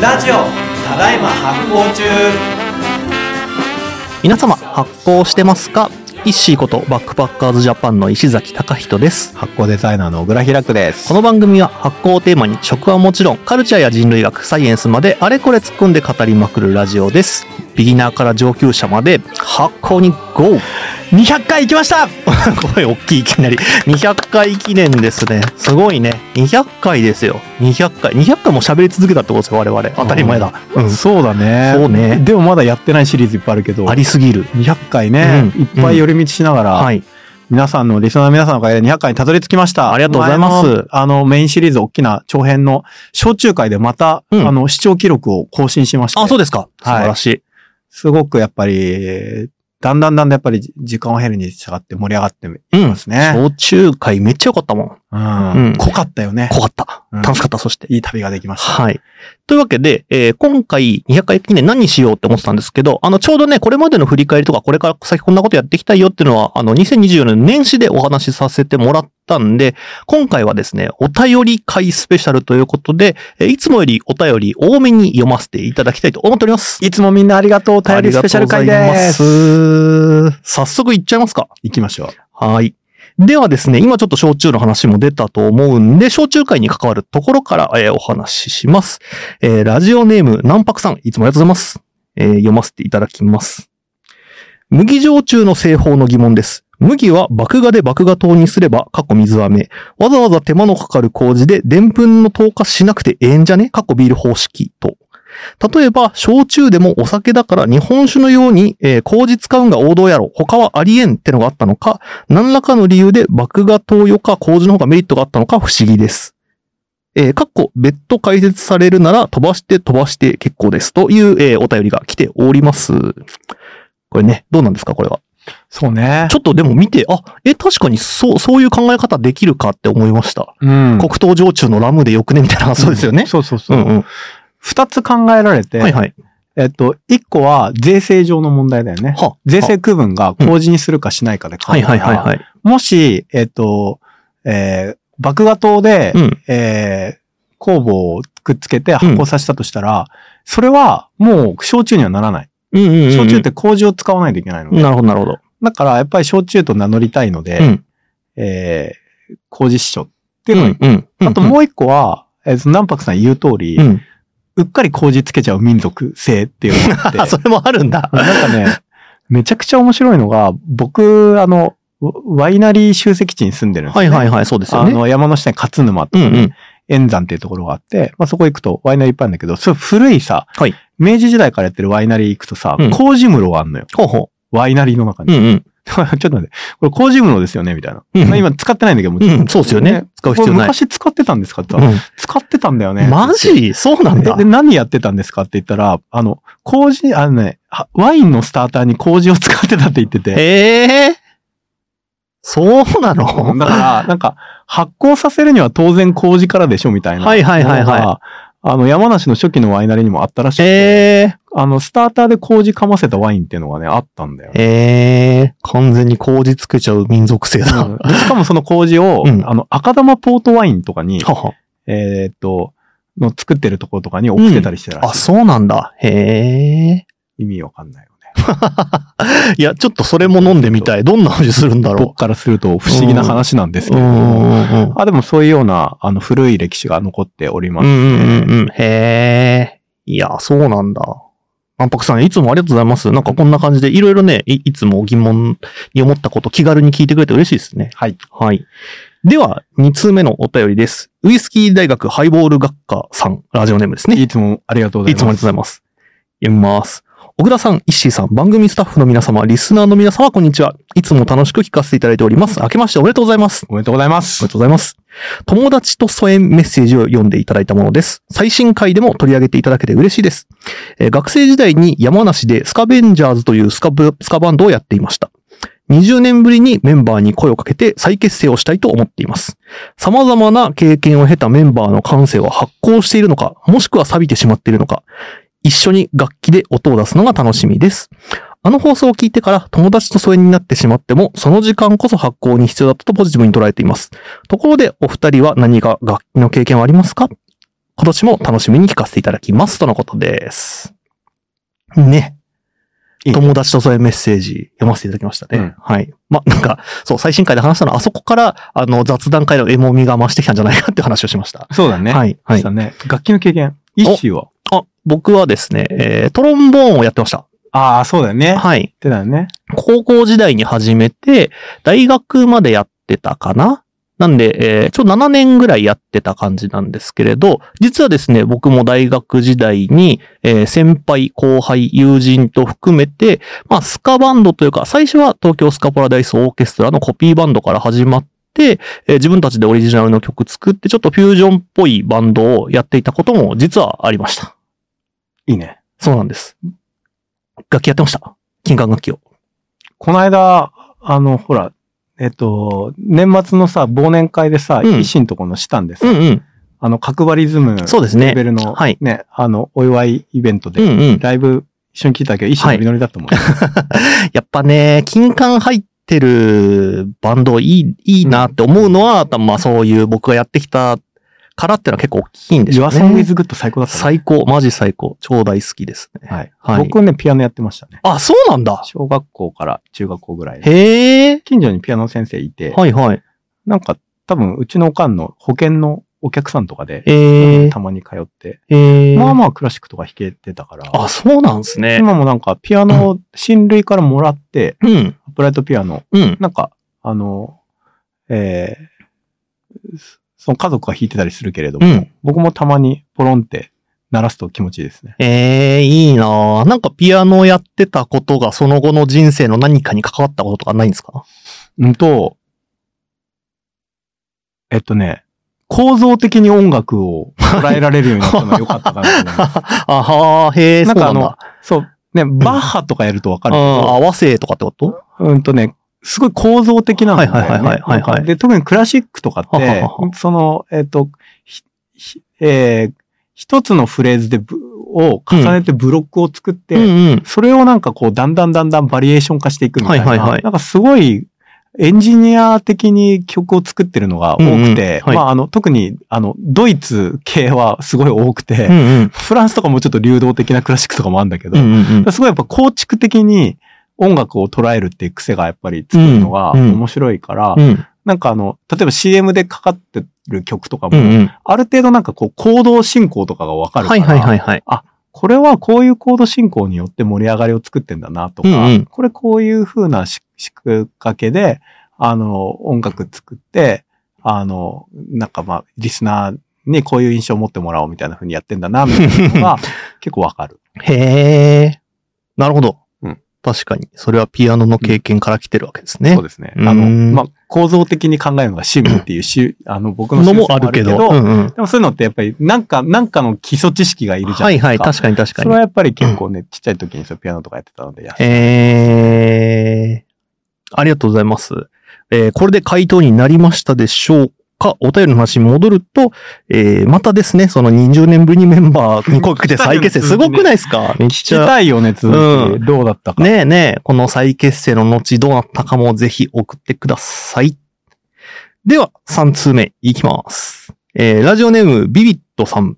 ラジオただいま発行中皆様発行してますかイッシーことバックパッカーズジャパンの石崎隆人です発行デザイナーの小倉開くですこ。の番組は発行をテーマに食はもちろんカルチャーや人類学サイエンスまであれこれ突っ込んで語りまくるラジオですビギナーから上級者まで発行に GO 200回行き ました声大きいいきなり200回記念ですねすごいね200回ですよ200回200回も喋り続けたってことですよ我々当たり前だうんそうだね。そうねでもまだやってないシリーズいっぱいあるけど。ありすぎる200回ね、うんいっぱい寄り道しながら、はい皆さんの、リスナーの皆さんのおかげで200回にたどり着きました。ありがとうございます前のあの、メインシリーズ、大きな長編の、小中会でまた、うんあの、視聴記録を更新しました。あそうですか素はい晴らしいすごくやっぱり、だんだんだんだんやっぱり時間を減るに従って盛り上がっていますね。小中回めっちゃ良かったもんうんうん濃かったよね。濃かったうん楽しかったそしていい旅ができました。はい。というわけで、えー今回200回記念何しようって思ってたんですけど、あの、ちょうどね、これまでの振り返りとか、これから先こんなことやっていきたいよっていうのは、あの、2024年の年始でお話しさせてもらったんで、今回はですね、お便り会スペシャルということで、えーいつもよりお便り多めに読ませていただきたいと思っております。いつもみんなありがとう、頼りスペシャル会で。ありがとうございますす。早速いっちゃいますか。行きましょう。はい。ではですね、今ちょっと焼酎の話も出たと思うんで、焼酎会に関わるところから、えーお話しします。えーラジオネーム、南白さん、いつもありがとうございます。えー読ませていただきます。麦焼酎の製法の疑問です。麦は麦芽で麦芽糖にすれば、過去水飴。わざわざ手間のかかる麹で、でんぷんの糖化しなくてええんじゃね過去ビール方式と。例えば、焼酎でもお酒だから日本酒のように、えー麹使うんが王道やろ。他はありえんってのがあったのか、何らかの理由で麦芽投与か麹の方がメリットがあったのか不思議です。えー、かっこ別途解説されるなら飛ばして飛ばして結構ですという、えーお便りが来ております。これね、どうなんですかこれは。そうねち。ょっとでも見て、あ、え、確かにそう、そういう考え方できるかって思いました。うん黒糖焼酎のラムでよくねみたいな、そうですよね。そうそうそうう。んうん。二つ考えられて、はいはい。えっと、一個は税制上の問題だよね。は税制区分が麹にするかしないかで変わはいるかはいら。はいはい。もし、えっと、えー、麦芽糖で、うん。えー、酵母をくっつけて発酵させたとしたら、それはもう焼酎にはならない。うんうんうんうん。焼酎って麹を使わないといけないので。なるほどなるほど。だから、やっぱり焼酎と名乗りたいので、うんえー、麹師匠っていううのんがうんうん。あともう一個は、えー、その南白さん言う通り、う。うんっかり麹つけちゃう民族性っていうのがあっ て。あ、それもあるんだ。なんかね、めちゃくちゃ面白いのが、僕、あの、ワワイナリー集積地に住んでるんですはね。いはいはい、そうですよあね。の、山の下に勝沼ってうん。いううん円山っていうところがあって、まあ、そこ行くとワイナリーいっぱいあるんだけど、それ古いさ、はい明治時代からやってるワイナリー行くとさ、うん麹室があんのよ。ほうほワイナリーの中う。に。うんうん。 ちょっと待って、これ麹室ですよねみたいな。うんまあ今使ってないんだけど、もちろんうん、そうですよね。使うこ必れ要ない。昔使ってたんですかって言ったら、う使ってたんだよね。ん、マジそうなんだで、で。何やってたんですかって言ったら、あの、麹、あのね、はワインのスターターに麹を使ってたって言ってて。へえ。そうなのだから、なんか、発酵させるには当然麹からでしょみたいな。はいはいはいはいのがあの、山梨の初期のワイナリーにもあったらしくて、えあの、スターターで麹かませたワインっていうのがね、あったんだよえ。。ええ。完全に麹つけちゃう民族性だ。うんでしかもその麹を、うんあの、赤玉ポートワインとかに、ははえーっと、の作ってるところとかに送ってたりしてたらあ、しい。そうなんだ。へえ。意味わかんないよね。いや、ちょっとそれも飲んでみたい。どんな味するんだろ僕からすると不思議な話なんですう。けうど、んうんうん。あ、でもそういうような、あの、古い歴史が残っておりまうす。んうんうんうん。へえ。いや、そうなんだ。万博さん、いつもありがとうございます。なんかこんな感じで、いろいろねい、いつも疑問に思ったこと気軽に聞いてくれて嬉しいですね。はい。はい。では、2通目のお便りです。ウイスキー大学ハイボール学科さん、ラジオネームですね。いつもありがとうございいます。つもありがとうございます。読みます。小倉さん、石井さん、番組スタッフの皆様、リスナーの皆様、こんにちは。いつも楽しく聞かせていただいております。明けましておめでとうございます。おめでとうございまありすが。とうございます。友達と疎遠メッセージを読んでいただいたものです。最新回でも取り上げていただけて嬉しいです。えー学生時代に山梨でスカベンジャーズというスカブスカバンドをやっていました。20年ぶりにメンバーに声をかけて再結成をしたいと思っています。様々な経験を経たメンバーの感性は発光しているのか、もしくは錆びてしまっているのか、一緒に楽器で音を出すのが楽しみです。あの放送を聞いてから友達と疎遠になってしまっても、その時間こそ発行に必要だったとポジティブに捉えています。ところで、お二人は何か楽器の経験はありますか今年も楽しみに聞かせていただきます。とのことです。ね。いいね友達とそういうメッセージ読ませていただきましたね。うんはい。ま、なんか、そう、最新回で話したのは、あそこから、あの、雑談会のエモみが増してきたんじゃないかって話をしました。そうだね。。はいい。そはういだ。ね。楽器の経験。一種は。あ、僕はですね、えートロンボーンをやってました。ああ、そうだよね。っはい。てだよね。高校時代に始めて、大学までやってたかななんで、えーちょ、7年ぐらいやってた感じなんですけれど、実はですね、僕も大学時代に、えー先輩、後輩、友人と含めて、まあ、スカバンドというか、最初は東京スカパラダイスオーケストラのコピーバンドから始まって、えー自分たちでオリジナルの曲作って、ちょっとフュージョンっぽいバンドをやっていたことも実はありました。いいね。そうなんです。楽器やってました。金管楽器を。この間、あの、ほら、えっと、年末のさ、忘年会でさ、うん維新とこのしたんですうんうん。あの、角張りズムそうですねレ。ベルの、はいね、あの、お祝いイベントうで、んうん。ライブ一緒に聞いたけど、一種のりのりだったもんね。やっぱね、金管入ってるバンドいい、いいなって思うのは、まあそういう僕がやってきたからってのは結構大きいんでしょう Your ね。 Song is Good 最高だったね。最高、マジ最高。超大好きですね。はい。はい僕ね、ピアノやってましたね。あ、そうなんだ。小学校から中学校ぐらいで。へえ。近所にピアノ先生いて、はいはい。なんか多分うちのおかんの保険のお客さんとかで、ええ。たまに通って、ええ。まあまあクラシックとか弾けてたから、あ、そうなんですね。今もなんかピアノを親類からもらって、うん、アップライトピアノ、うん。なんか、あの、えーその家族が弾いてたりするけれども、うん僕もたまにポロンって鳴らすと気持ちいいですね。ええ、いいなあなんかピアノやってたことがその後の人生の何かに関わったこととかないんですかうんと、えっとね、構造的に音楽を捉えられるようになったのは良かったかなと思 います。あはーへえ、そなうんかなあんだ。の、そう、ね、バッハとかやるとわかるけうんど、合わせとかってことうんとね、すごい構造的なんだよね。はいはいはいはいはいはいで、特にクラシックとかって、ははははその、えっ、と、ひひえー一つのフレーズでぶ、を重ねてブロックを作って、うんうん。それをなんかこう、だんだんだんだんバリエーション化していくみたいな。はいはいはいなんかすごい、エンジニア的に曲を作ってるのが多くて、うんうんはいまああの、特に、あの、ドイツ系はすごい多くて、うんうん。フランスとかもちょっと流動的なクラシックとかもあるんだけど、うんうんうんだからすごいやっぱ構築的に音楽を捉えるっていう癖がやっぱりつくのがうんうん面白いから、うんなんかあの、例えば CM でかかってる曲とかうも、んうん。ある程度なんかこう行動進行とかがわかるかはいはら、いはいはい。これはこういう行動進行によって盛り上がりを作ってんだなとか、うんうんこれこういう風な仕仕掛けで、あの、音楽作って、あの、なんかまあ、リスナーにこういう印象を持ってもらおうみたいな風にやってんだな、みたいなのが 結構わかる。へえ。なるほど。うん確かに。それはピアノの経験から来てるわけですね。そうですね。うんあの、まあ、構造的に考えるのが趣味っていうし、あの、僕のの趣味もあるけど。うんうんでもそういうのってやっぱり、なんか、なんかの基礎知識がいるじゃはないいですか。はい、確かに確かそれはに。やっぱり結構ね、ちっちゃい時にそうピアノとかやってたので、やへえ。ありがとうございます。えーこれで回答になりましたでしょうかお便りの話に戻ると、えーまたですね、その20年ぶりにメンバーに声かけて再結成、すごくないですかめっ聞きちゃ。たいよね、続き、うどうだったか。ねえねえ、この再結成の後どうなったかもぜひ送ってください。では、3通目いきます。えー、ラジオネーム、ビビットさん。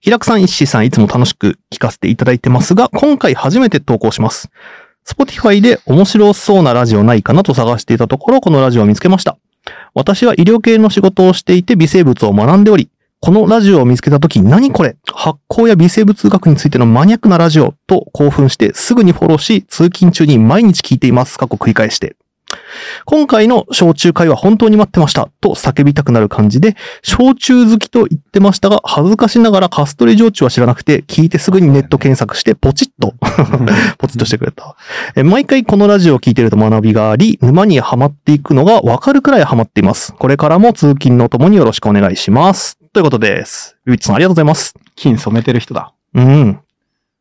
平久さん、石井さん、いつも楽しく聞かせていただいてますが、今回初めて投稿します。Spotify で面白そうなラジオないかなと探していたところ、このラジオを見つけました。私は医療系の仕事をしていて微生物を学んでおり、このラジオを見つけたとき、何これ発酵や微生物学についてのマニアックなラジオと興奮してすぐにフォローし、通勤中に毎日聞いています。過去繰り返して。今回の小中会は本当に待ってましたと叫びたくなる感じで、小中好きと言ってましたが、恥ずかしながらカストリ上中は知らなくて、聞いてすぐにネット検索してポチッと、 ポチッとしてくれた。え毎回このラジオを聞いていると学びがあり、沼にはまっていくのがわかるくらいはまっています。これからも通勤のともによろしくお願いします。ということです。ビビッチさんありがとうございます。金染めてる人だ。うん。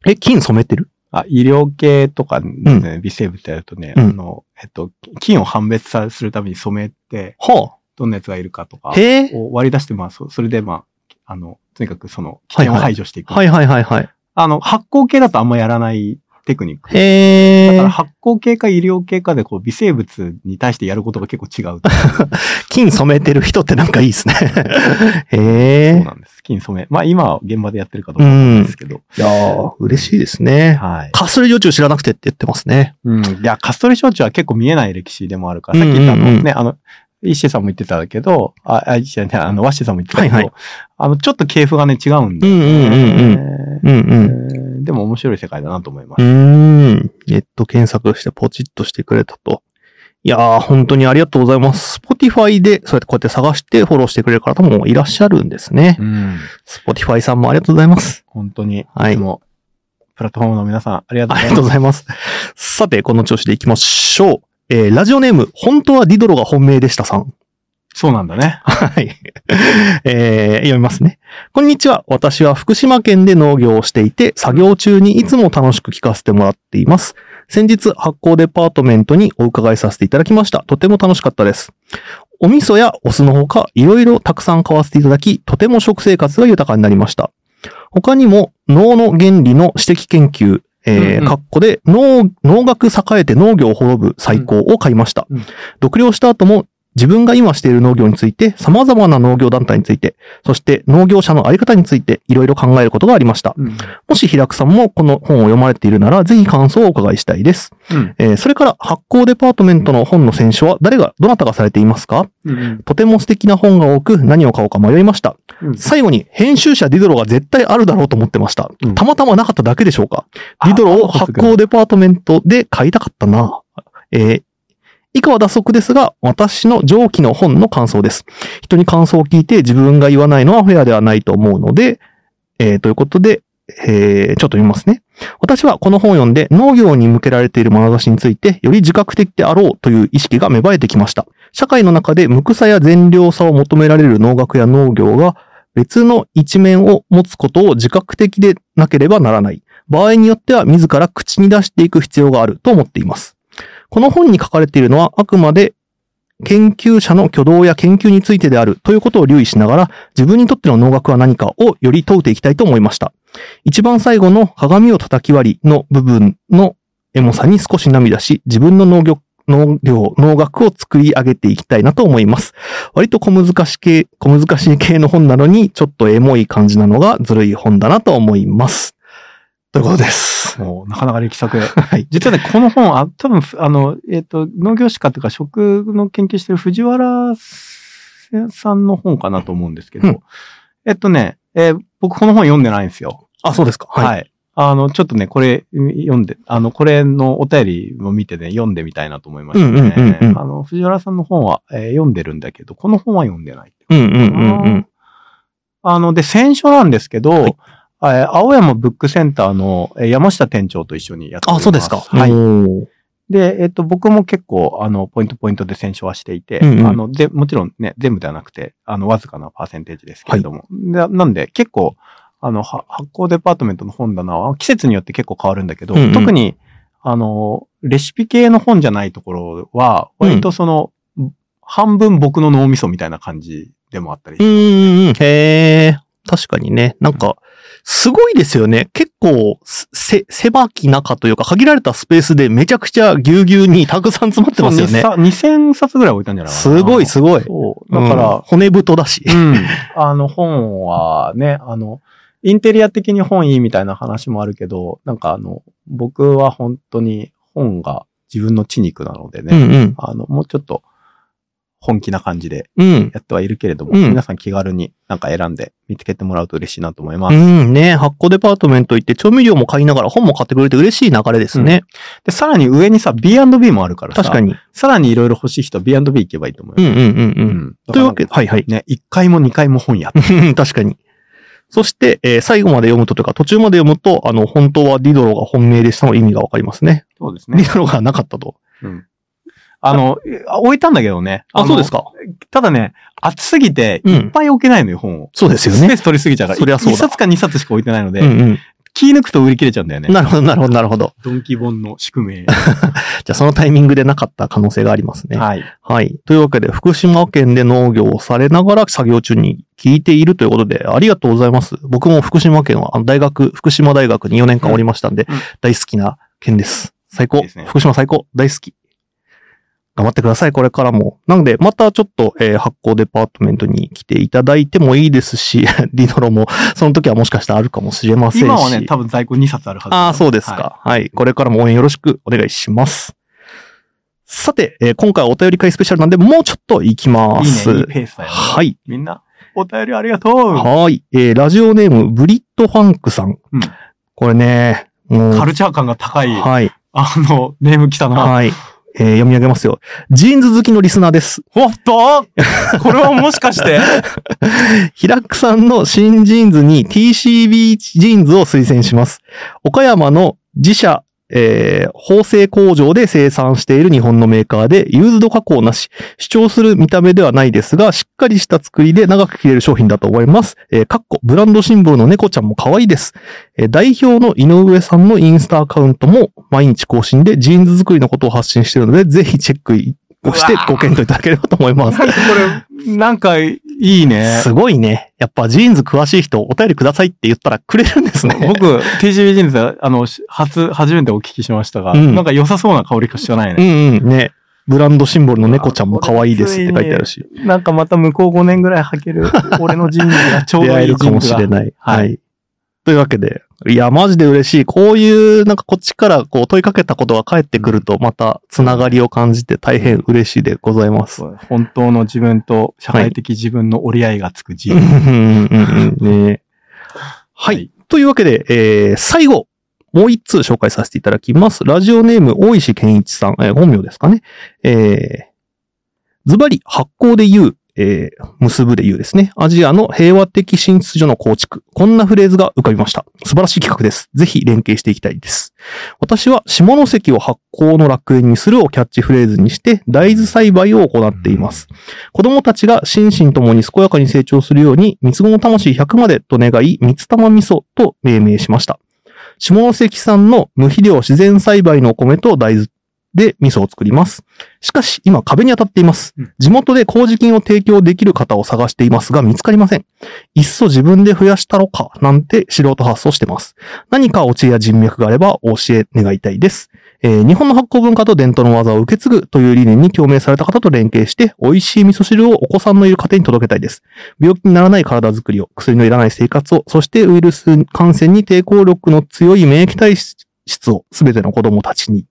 え、金染めてるあ、医療系とか、ね微生物ってやるとね、うんあの、えっと、菌を判別さするために染めて、はどんなやつがいるかとあ。、かへえ。を割り出して、まあ、そそれで、まあ、あの、とにかくその、危険を排除していく。はいはいはいはい。あの、発酵系だとあんまやらないテクニック。へだからえ。発酵系か医療系かでこう微生物に対してやることが結構違うっていう金染めてる人ってなんかいいですね。 へそうえ。なんです。金染め。まあ今は現場でやってるかどうかわかんないですけど。いやー嬉しいですね。はい。カスレ女中知らなくてって言ってますね。うん。いや、カストリ焼酎は結構見えない歴史でもあるから、さっき言ったあうんうんうのんね、あの、石シさんも言ってたけど、あ、あ、石井じゃない、あの、ワッシーさんも言ってたけど、はいはあの、ちょっと系譜がね、違うんうで、んうんうんうん。えうんうーん。えーでも面白い世界だなと思いまうーす。ん。ネット検索してポチッとしてくれたと。いやー、本当にありがとうございます。Spotify で、そうやってこうやって探してフォローしてくれる方もいらっしゃるんですねう。ん。 Spotify さんもありがとうござい ます。本当に、はいいつも、プラットフォームの皆さん、ありがとうあごりざいがとますう。ございます。さて、この調子でいきましょう。えー、ラジオネーム、本当はディドロが本命でしたさん。そうなんだね。はい。えー読みますね。こんにちは。私は福島県で農業をしていて、作業中にいつも楽しく聞かせてもらっています。先日、発酵デパートメントにお伺いさせていただきました。とても楽しかったです。お味噌やお酢のほか、いろいろたくさん買わせていただき、とても食生活が豊かになりました。他にも、脳の原理の指摘研究、えーうんうんかっこで、農、農学栄えて農業を滅ぶ最高を買いました。うんうん独立した後も、自分が今している農業について、様々な農業団体について、そして農業者のあり方について、いろいろ考えることがありました。うん。もし平久さんもこの本を読まれているなら、ぜひ感想をお伺いしたいです。うん。えーそれから、発行デパートメントの本の選書は、誰が、どなたがされていますかうん。とても素敵な本が多く、何を買おうか迷いました。うん最後に、編集者ディドロが絶対あるだろうと思ってました。うんたまたまなかっただけでしょうかディドロを発行デパートメントで買いたかったな。えー以下は脱足ですが、私の上記の本の感想です。人に感想を聞いて自分が言わないのはフェアではないと思うので、えーということで、えーちょっと読みますね。私はこの本を読んで農業に向けられている眼差しについてより自覚的であろうという意識が芽生えてきました。社会の中で無垢さや善良さを求められる農学や農業が別の一面を持つことを自覚的でなければならない。場合によっては自ら口に出していく必要があると思っています。この本に書かれているのはあくまで研究者の挙動や研究についてであるということを留意しながら自分にとっての農学は何かをより問うていきたいと思いました。一番最後の鏡を叩き割りの部分のエモさに少し涙し、自分の農業、農業、農学を作り上げていきたいなと思います。割と小難し系、小難しい系の本なのに、ちょっとエモい感じなのがずるい本だなと思います。ということです。もう、なかなか力作。はい。 実はね、この本、あ、多分、あの、えっ、と、農業史家というか、食の研究してる藤原さんの本かなと思うんですけど、うんえっとね、えー僕この本読んでないんですよ。あ、そうですか。はい。はい。あの、ちょっとね、これ読んで、あの、これのお便りを見てね、読んでみたいなと思いましたね。うんうんうんうんあの、藤原さんの本は、えー読んでるんだけど、この本は読んでない。うんうんうんうん。あの、で、選書なんですけど、はいえー青山ブックセンターのえー山下店長と一緒にやってあ、おります。そうですか。はい。おーで、えっと、僕も結構、あの、ポイントポイントで選書はしていて、うんうんあの、で、もちろんね、全部ではなくて、あの、わずかなパーセンテージですけれども。ななんで、結構、あの、は発行デパートメントの本棚は、季節によって結構変わるんだけど、うんうん特に、あの、レシピ系の本じゃないところは、割とその、半分僕の脳みそみたいな感じでもあったりう、んうんうん。へー。確かにね。なんか、すごいですよね。結構、せ、狭き中というか、限られたスペースでめちゃくちゃぎゅうぎゅうにたくさん詰まってますよねそ。うにさ2000冊ぐらい置いたんじゃないかなすごいすごい。そう。だから、うん骨太だし。うん。 あの本はね、あの、インテリア的に本いいみたいな話もあるけど、なんかあの、僕は本当に本が自分の血肉なのでうね、んうん。あの、もうちょっと本気な感じでうん。やってはいるけれども、うん皆さん気軽になんか選んで見つけてもらうと嬉しいなと思います。うんね、発酵デパートメント行って調味料も買いながら本も買ってくれて嬉しい流れですね。で、さらに上にさ、B&B もあるからさ、確かに。さらにいろいろ欲しい人は B&B 行けばいいと思いうまんす。うんうんうん。というわけで、はいはい。ね、1回も2回も本やって。確かに。そして、えー最後まで読むとというか、途中まで読むと、あの、本当はディドロが本命でしたの意味がわかりますね。そうですデ。ィドロがなかったと。あの、えあ置いたんだけどね。あ、のそうですか。ただね、暑すぎて、ういっん。ぱい置けないのよ、本を。そうですよスペねー。ス取りすぎちゃうから。そりゃそうだ1冊か2冊しか置いてないので、うん気抜くと売り切れちゃうんだうよん。ね。なるほど、なるほど、なるほど。ドンキ本の宿じ命。ゃあ、そのタイミングでなかった可能性がありますね。はい。はい。というわけで、福島県で農業をされながら作業中に聞いているということで、ありがとうございます。僕も福島県は、あの大学、福島大学に4年間おりましたんで、うん大好きな県です。最高。いいですね福島最高。大好き。頑張ってください、これからも。なので、またちょっと、えー発行デパートメントに来ていただいてもいいですし、 ディノロも、その時はもしかしたらあるかもしれませんし。今はね、多分在庫2冊あるはずだああ、そうですはいか、はい。これからも応援よろしくお願いします。さて、えー今回はお便り会スペシャルなんで、もうちょっと行きまいいす。ね、いいペースだよ、ね。はい。みんな、お便りありがとうはーい。えーラジオネーム、ブリッドファンクさん。うんこれね、もうカルチャー感が高い、はい。あの、ネーム来たな。はい。えー読み上げますよ。ジーンズ好きのリスナーです。おっとこれはもしかして、ヒラックさんの新ジーンズに TCB ジーンズを推薦します。岡山の自社、えー縫製工場で生産している日本のメーカーで、ユーズド加工なし、主張する見た目ではないですが、しっかりした作りで長く着れる商品だと思います。えーかっこ、ブランドシンボルの猫ちゃんも可愛いです。えー代表の井上さんのインスタアカウントも毎日更新で、ジーンズ作りのことを発信しているので、ぜひチェックをしてうわーご検討いただければと思います。なんかこれ、なんかいいね。すごいね。やっぱジーンズ詳しい人、お便りくださいって言ったらくれるんですね。僕、TGB 人生、あの、し初、初めてお聞きしましたが、うんなんか良さそうな香りしかないうね。んうん。ね。ブランドシンボルの猫ちゃんも可愛いですって書いてあるし、なんかまた向こう5年ぐらい 履ける、俺の人生がちょう出ど会いえいる人かも生しがれない。はいはい。というわけで、いや、マジで嬉しい。こういう、なんかこっちからこう問いかけたことが返ってくると、またつながりを感じて大変嬉しいでございます。そう本当の自分と社会的自分の折り合いがつく人うんう生。んうんうんねははいい。というわけで、えー、最後、もう一通紹介させていただきます。ラジオネーム、大石健一さん、えー本名ですかね。えー、ズバリ、発行で言う、えー、結ぶで言うですね。アジアの平和的進出所の構築。こんなフレーズが浮かびました。素晴らしい企画です。ぜひ連携していきたいです。私は下関を発行の楽園にするをキャッチフレーズにして、大豆栽培を行っています。子供たちが心身ともに健やかに成長するように、三つ子の魂100までと願い、三つ玉味噌と命名しました。下関産の無肥料自然栽培のお米と大豆で味噌を作ります。しかし、今壁に当たっていますうん。地元で麹菌を提供できる方を探していますが見つかりません。いっそ自分で増やしたろか、なんて素人発想してます。何かお知恵や人脈があればお教え願いたいです。えー日本の発酵文化と伝統の技を受け継ぐという理念に共鳴された方と連携して、美味しい味噌汁をお子さんのいる家庭に届けたいです。病気にならない体づくりを、薬のいらない生活を、そしてウイルス感染に抵抗力の強い免疫体質をすべての子供たちに。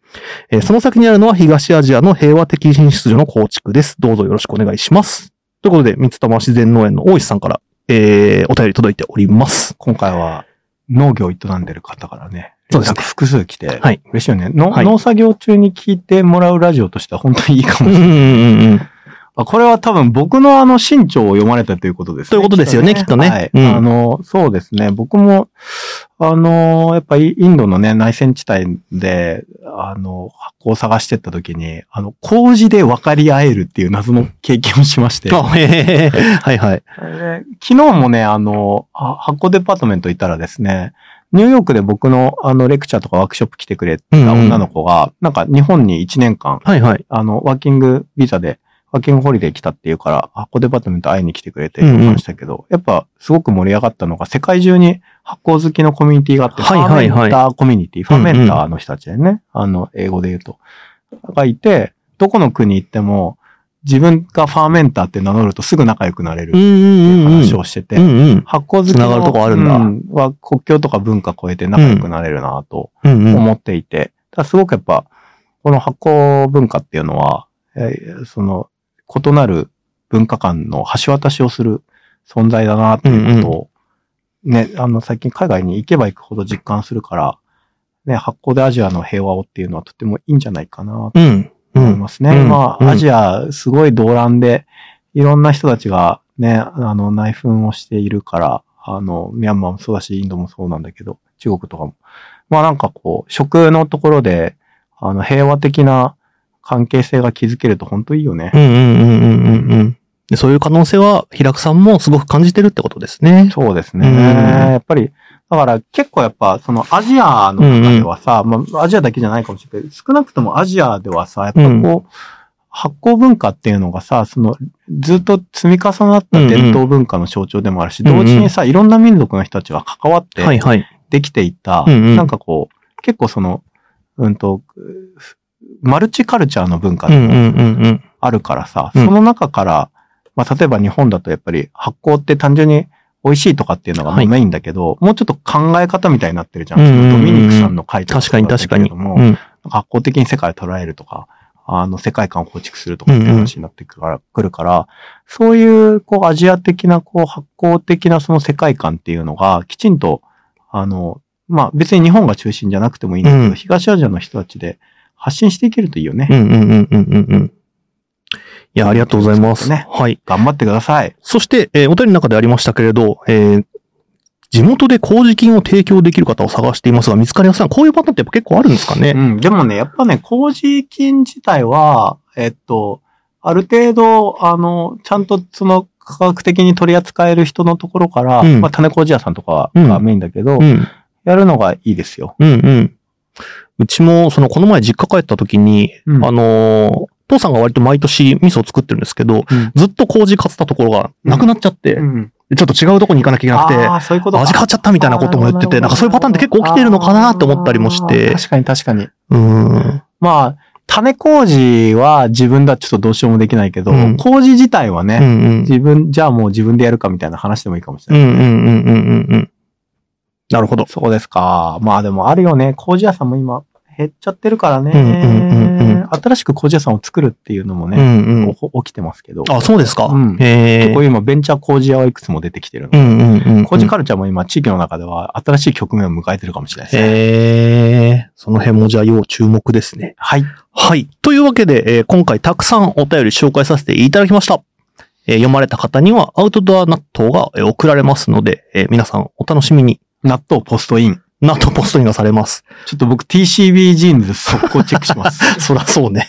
えーその先にあるのは東アジアの平和的進出所の構築です。どうぞよろしくお願いします。ということで、三つ玉自然農園の大石さんから、えーお便り届いております。今回は農業を営んでる方からね、そう連ですね絡複数来て、はい嬉しいよね、のはい農作業中に聞いてもらうラジオとしては本当にいいかうもんしうれなんうい。んうん。あこれは多分僕のあの身長を読まれたということですね。ということですよねきっとねはいうんあの、そうですね。僕も、あの、やっぱりインドのね、内戦地帯で、あの、発酵を探してった時に、あの、麹で分かり合えるっていう謎の経験をしまして。あ、へえ、はいはい。で昨日もね、あの、あ発行デパートメント行ったらですね、ニューヨークで僕のあのレクチャーとかワークショップ来てくれた女の子が、なんか日本に1年間、はいはい。あの、ワーキングビザで、ワーキングホリデー来たっていうから、発行デパートメント会いに来てくれてうんうんましたけど、やっぱすごく盛り上がったのが、世界中に発行好きのコミュニティがあって、はいはいはいファーメンターコミュニティ、ファーメンタうんーの人たちでね、あの、英語で言うと、がいて、どこの国行っても、自分がファーメンターって名乗るとすぐ仲良くなれるうんうんうんうん。話をしてて、うんうん。発行好きつながるとこあるんだうんは国境とか文化超えて仲良くなれるなとうんうん。思っていて、ただすごくやっぱ、この発行文化っていうのは、えーその、異なる文化間の橋渡しをする存在だなっていうことを、ね、あの、最近海外に行けば行くほど実感するから、ね、発行でアジアの平和をっていうのはとてもいいんじゃないかなうん。う思いん。ますね。うんまうんあ、アジア、すごい動乱で、いろんな人たちがね、あの、内紛をしているから、あの、ミャンマーもそうだし、インドもそうなんだけど、中国とかも。まあなんかこう、食のところで、あの、平和的な関係性が築けると本当いいよねう。んうんうんうんうんうん。でそういう可能性は、平久さんもすごく感じてるってことですね。そうですね。うんやっぱり、だから結構やっぱ、そのアジアの中ではさ、まあアジアだけじゃないかもしれないけど、少なくともアジアではさ、やっぱこう、うん発酵文化っていうのがさ、その、ずっと積み重なった伝統文化の象徴でもあるし、うんうん同時にさ、いろんな民族の人たちが関わってはいはい。できていった、うんうんなんかこう、結構その、うんと、マルチカルチャーの文化うがんうんうんうん。あるからさ、うんその中から、まあ、例えば日本だとやっぱり発酵って単純に美味しいとかっていうのがはいメインだけど、もうちょっと考え方みたいになってるじゃん。うんうんうんうんドミニクさんの回答確かに確かに。も、うん。発酵的に世界を捉えるとか、あの、世界観を構築するとかっていう話になってくるから、来るから、そういう、こう、アジア的な、こう、発酵的なその世界観っていうのが、きちんと、あの、まあ、別に日本が中心じゃなくてもいいんだけど、うん東アジアの人たちで発信していけるといいよね。うんうんうんうんうんうん。いや、ありがとうございます。ねはい。頑張ってください。そして、えーお便りの中でありましたけれど、えー地元で麹菌を提供できる方を探していますが、見つかりません。こういうパターンってやっぱ結構あるんですかね。うん、でもね、やっぱね、麹菌自体は、えっと、ある程度、あの、ちゃんとその科学的に取り扱える人のところから、うんまあ、種麹屋さんとかがメインだけど、うん。やるのがいいですよ。うんうん。うちも、その、この前実家帰った時に、うんあのー父さんが割と毎年味噌を作ってるんですけど、うんずっと麹買ってたところがなくなっちゃって、ん。ちょっと違うとこに行かなきゃいけなああ、そういうこくて、とか。味変わっちゃったみたいなことも言ってて、あーなんかそういうパターンって結構起きてるのかなって思ったりもしてあー、確かに確かに。うん。まあ、種麹は自分だちょっとどうしようもできないけど、うん麹自体はうんうね、ん。自分、じゃあもう自分でやるかみたいな話でもいいかもしうれんない。うんうんうんうんうん。なるほど。そうですか。まあでもあるよね。麹屋さんも今減っちゃってるからね。うんうんうんうん新しく麹屋さんを作るっていうのもうね、んうん。お起きてますけど。あ、そうですか。うんへえ結。構今ベンチャー麹屋はいくつも出てきてるのう。んうんうんうん。麹カルチャーも今地域の中では新しい局面を迎えてるかもしれないですね。へえ。その辺もじゃあ要注目ですね。はい。はい。というわけで、えー今回たくさんお便り紹介させていただきました。えー読まれた方にはアウトドア納豆がえー送られますので、えー皆さんお楽しみに。納豆ポストイン。納豆ポストにがされます。ちょっと僕 TCB ジーンズ速攻チェックしま す。そらそうね。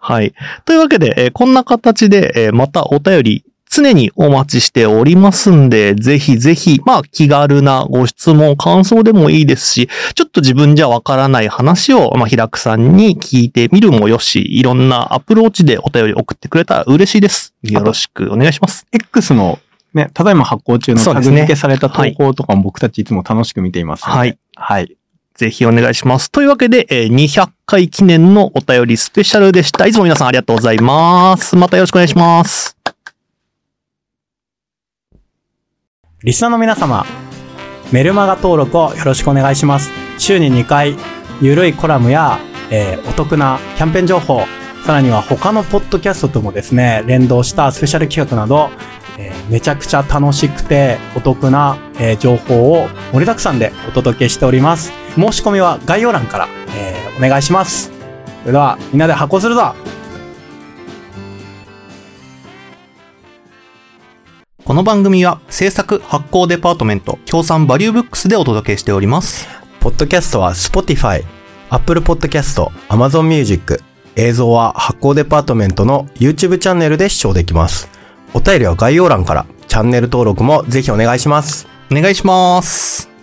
はい。というわけで、えーこんな形で、えーまたお便り常にお待ちしておりますんで、ぜひぜひ、まあ気軽なご質問、感想でもいいですし、ちょっと自分じゃわからない話を、まあ、平くさんに聞いてみるもよし、いろんなアプローチでお便り送ってくれたら嬉しいです。よろしくお願いします。 X のね、ただいま発行中のそうタでグすね付けされた投稿とかも僕たちいつも楽しく見ていますので。はい。はい。ぜひお願いします。というわけで、えー200回記念のお便りスペシャルでした。いつも皆さんありがとうございます。またよろしくお願いします。リスナーの皆様、メルマガ登録をよろしくお願いします。週に2回、ゆるいコラムや、えーお得なキャンペーン情報、さらには他のポッドキャストともですね、連動したスペシャル企画など、えーめちゃくちゃ楽しくてお得な、えー情報を盛りだくさんでお届けしております。申し込みは概要欄から、えーお願いします。それでは、みんなで発行するぞこの番組は制作発行デパートメント協賛バリューブックスでお届けしております。ポッドキャストは Spotify、Apple Podcast、Amazon Music、映像は発行デパートメントの YouTube チャンネルで視聴できます。お便りは概要欄から、チャンネル登録もぜひお願いします。お願いします。